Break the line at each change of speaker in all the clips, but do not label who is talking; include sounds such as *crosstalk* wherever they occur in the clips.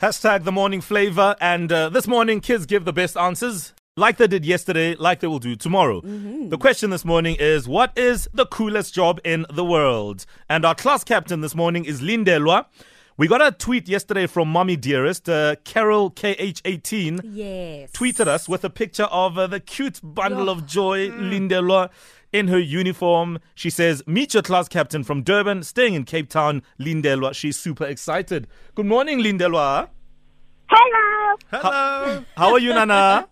Hashtag the morning flavor. And uh, this morning, kids give the best answers. Like they did yesterday, like they will do tomorrow. The question this morning is What is the coolest job in the world? And our class captain this morning is Lindelwa. We got a tweet yesterday from Mommy Dearest, uh, Carol KH18
Yes.
tweeted us with a picture of uh, the cute bundle of joy, Lindelwa, in her uniform. She says, Meet your class captain from Durban, staying in Cape Town, Lindelwa. She's super excited. Good morning, Lindelwa.
Hello,
Hello. *laughs* How are you, Nana?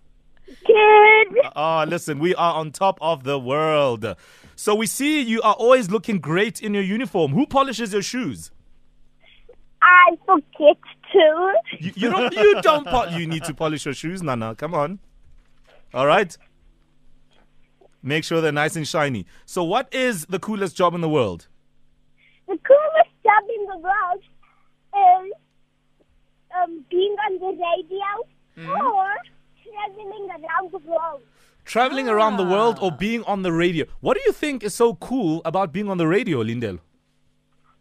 kid.
Ah, listen, we are on top of the world. So we see you are always looking great in your uniform. Who polishes your shoes?
I forget to.
You, you don't. You don't. Po- you need to polish your shoes, Nana. Come on. All right. Make sure they're nice and shiny. So, what is the coolest job in the world?
The coolest job in the world is um, being on the radio or traveling around the world.
Traveling around the world or being on the radio? What do you think is so cool about being on the radio, Lindel?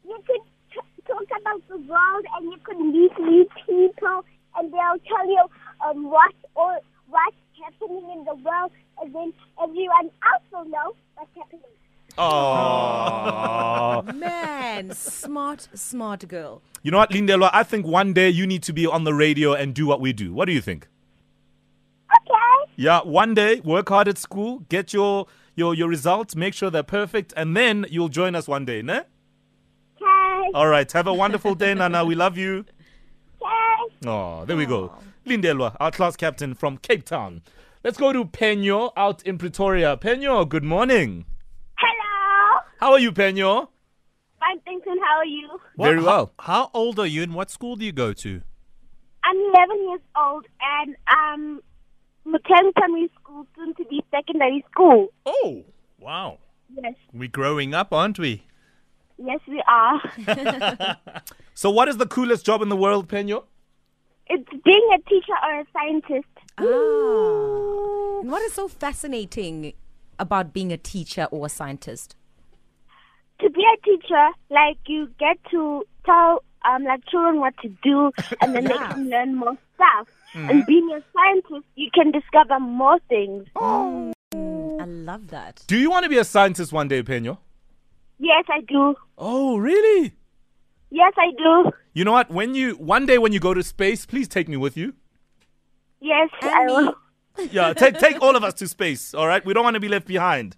You could t- talk about the world and you could meet new people and they'll tell you um, what or what's happening in the world and then everyone else will know what's happening.
Oh,
Man, smart, smart girl.
you know what, Lindel? I think one day you need to be on the radio and do what we do. What do you think?
Okay,
Yeah, one day work hard at school, get your your your results, make sure they're perfect, and then you'll join us one day, ne?
okay,
All right. Have a wonderful day, Nana. We love you.
okay.
Oh, there we go. Lindelwa, our class captain from Cape Town. Let's go to Penyo out in Pretoria. Penyo, good morning.
Hello,
How are you, Penyo?
I'm Vincent. How are you?
What-
Very
ho-
well.
How old are you and what school do you go to?
I'm 11 years old and um, McClellan Primary School, soon to be secondary school.
Oh, wow.
Yes,
We're growing up, aren't we?
yes, we are.
So, what is the coolest job in the world, Penyo?
it's being a teacher or a scientist.
Ah. And what is so fascinating about being a teacher or a scientist?
To be a teacher, like you get to tell um, like children what to do, and then they can learn more stuff. And being a scientist, you can discover more things.
I love that.
Do you want to be a scientist one day, Penyo?
Yes, I do.
Oh, really?
Yes, I do.
You know what? When you one day when you go to space, please take me with you.
Yes, I
Annie.
will.
Yeah, take take all of us to space. All right, we don't want to be left behind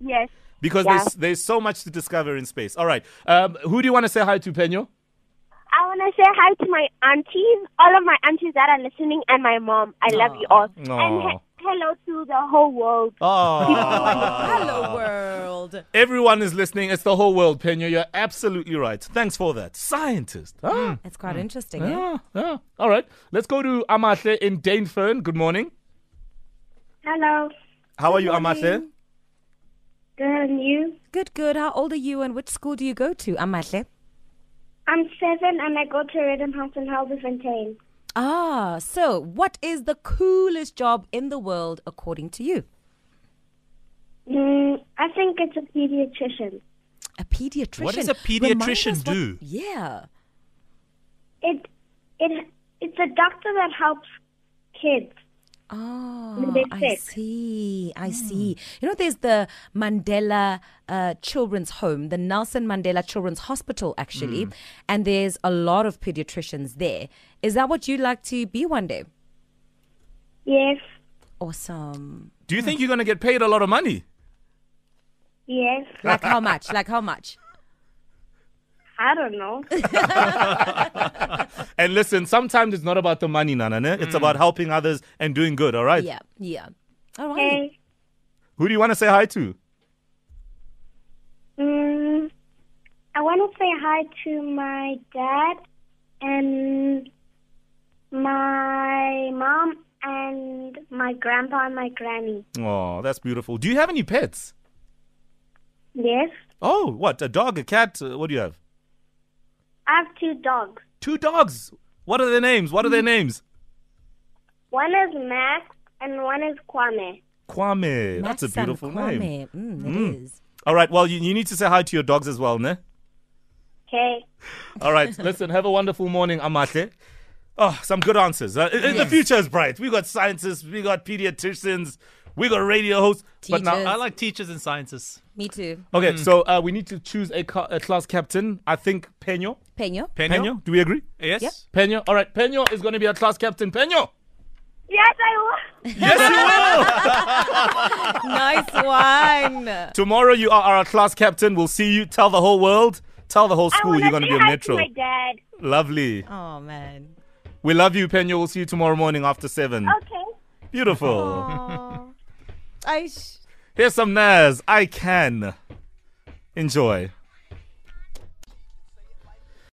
Yes.
because
Yeah.
there's there's so much to discover in space. All right, um, who do you want to say hi to, Penyo?
I want to say hi to my aunties, all of my aunties that are listening, and my mom. I love you all. And
Aw.
he- hello to the whole world.
Oh.
Ah.
Hello, world.
Everyone is listening. It's the whole world, Penyo. You're absolutely right. Thanks for that. Scientist. Ah,
That's quite
Hmm.
interesting. eh?
ah, ah. All right. Let's go to Amahle in Danefern. Good morning.
Hello.
How are you, Amahle?
Good and you?
Good, good. How old are you and which school do you go to, Amatle?
I'm seven and I go to Rhythm House in Halberfontein.
Ah, so what is the coolest job in the world according to you?
Mm, I think it's a pediatrician.
A pediatrician.
What does a
Remind
pediatrician
us what-
do?
yeah.
It, it, it's a doctor that helps kids.
Oh,
they
I
sick.
see. I see. You know, there's the Mandela uh, Children's Home, the Nelson Mandela Children's Hospital, actually, and there's a lot of pediatricians there. Is that what you'd like to be one day?
Yes,
Awesome.
Do you think you're going to get paid a lot of money?
yes.
Like how *laughs* much? Like how much?
I don't know.
And listen, sometimes it's not about the money, Nana. Ne? It's about helping others and doing good. All right.
Yeah, yeah. All right.
Okay.
Who do you want to say hi to?
Mm, I want to say hi to my dad and my mom and my grandpa and my granny.
Oh, that's beautiful. Do you have any pets?
Yes,
Oh, what? A dog, a cat? Uh, what do you have?
I have two dogs.
Two dogs. What are their names? What are their names?
One is Max and one is Kwame.
Kwame. That's a
Max and
beautiful
Kwame.
name. Hmm.
Mm, It is.
All right. Well, you, you need to say hi to your dogs as well, ne?
Okay.
*laughs*
All right, listen, have a wonderful morning, Amate. Oh, some good answers. Uh, i- i- The future is bright. We got scientists, we got pediatricians, we got radio hosts. But now,
Teachers. Mm.
I like teachers and scientists.
Me too.
okay, so uh, we need to choose a, ca- a class captain. I think Peño.
Peño.
*laughs*
Pena?
Peño, do we agree?
Yes.
Yep.
Peño. All right, Peño is going to be our class captain. Peño.
Yes, I will.
nice one.
Tomorrow you are our class captain. We'll see you. Tell the whole world. Tell the whole
I
school
wanna
you're going to be
say
a
hi
metro.
my dad.
Lovely.
*laughs* Oh man.
We love you, Peño. We'll see you tomorrow morning after 7.
Okay.
Beautiful.
I sh-
Here's some Nas. I can. Enjoy.